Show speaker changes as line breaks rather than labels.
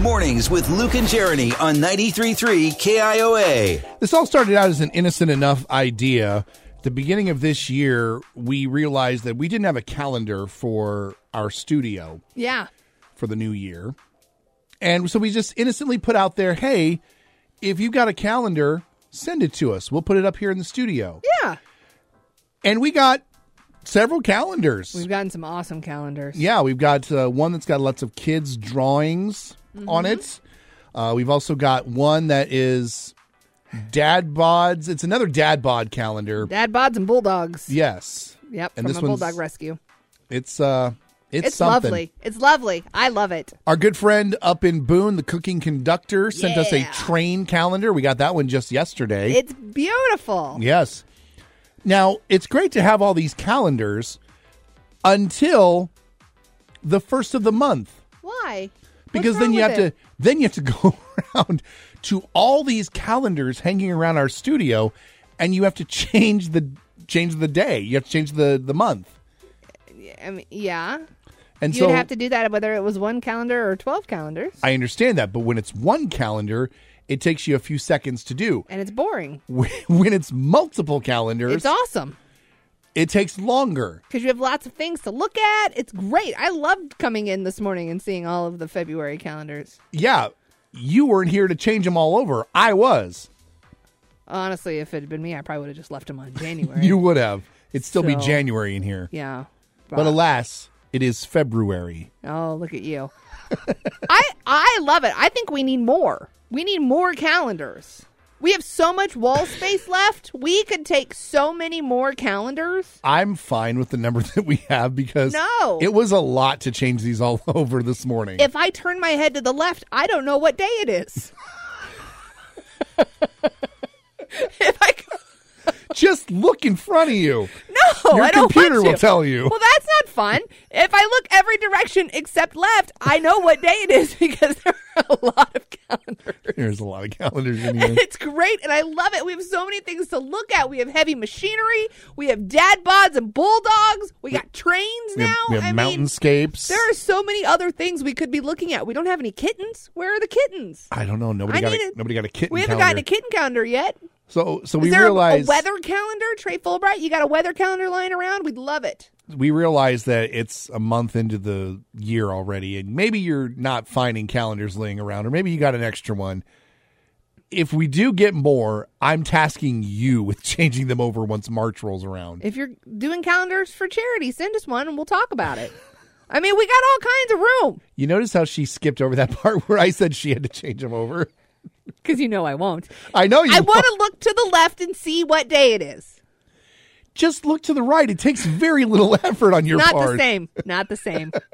Mornings with Luke and Jeremy on 93.3 KIOA.
This all started out as an innocent enough idea. At the beginning of this year, we realized that we didn't have a calendar for our studio
Yeah.
for the new year. And so we just innocently put out there, hey, if you've got a calendar, send it to us. We'll put it up here in the studio.
Yeah.
And we got several calendars.
We've gotten some awesome calendars.
Yeah, we've got uh, one that's got lots of kids' drawings on it. Uh, we've also got one that is dad bods. It's another dad bod calendar.
Dad bods and bulldogs.
Yes,
Yep.
And
from
this
a
one's-
bulldog rescue.
it's uh, it's,
It's
something.
lovely. It's lovely. I love it.
Our good friend up in Boone, the cooking conductor, sent us a
Yeah.
train calendar. We got that one just yesterday.
It's beautiful.
yes. Now it's great to have all these calendars until the first of the month.
Why? What's
because then
wrong
you
with
have
it?
to then you have to go around to all these calendars hanging around our studio and you have to change the change the day you have to change the the month
I mean, yeah.
and
You'd
so
have to do that whether it was one calendar or 12 calendars.
i understand that but when it's one calendar it takes you a few seconds to do
and it's boring.
when it's multiple calendars
It's awesome
it takes longer
because you have lots of things to look at. It's great. I loved coming in this morning and seeing all of the February calendars.
yeah you weren't here to change them all over i was
Honestly, if it had been me, I probably would have just left them on January.
you would have it'd still be
So-
january in here
yeah.
but alas it is february
Oh, look at you. I I love it. I think we need more. We need more calendars. We have so much wall space left. We could take so many more calendars.
I'm fine with the number that we have because
No.
it was a lot to change these all over this morning.
If I turn my head to the left, I don't know what day it is. if I
Just look in front of you.
no,
Your
oh, I don't
computer
want
will
to.
tell you.
Well, that's not fun. If I look every direction except left, I know what day it is because there are a lot of calendars.
There's a lot of calendars in here.
It's great, and I love it. We have so many things to look at. We have heavy machinery. We have dad bods and bulldogs. We got trains
we have,
now.
we have
I mean,
mountainscapes.
there are so many other things we could be looking at. We don't have any kittens. Where are the kittens?
I don't know. Nobody
I
got
need
a,
it.
nobody got a kitten.
We haven't
calendar.
gotten a kitten calendar yet.
So so
Is
we
there a-
realized
a weather calendar? Trey Fulbright, you got a weather calendar lying around? We'd love it.
we realized that it's a month into the year already, and maybe you're not finding calendars laying around, or maybe you got an extra one. If we do get more, I'm tasking you with changing them over once March rolls around.
If you're doing calendars for charity, send us one and we'll talk about it. I mean, we got all kinds of room
You notice how she skipped over that part where I said she had to change them over?
because you know I won't.
I know you.
I want
won't.
to look to the left and see what day it is.
just look to the right. It takes very little effort on your
Not
part.
the same. Not the same.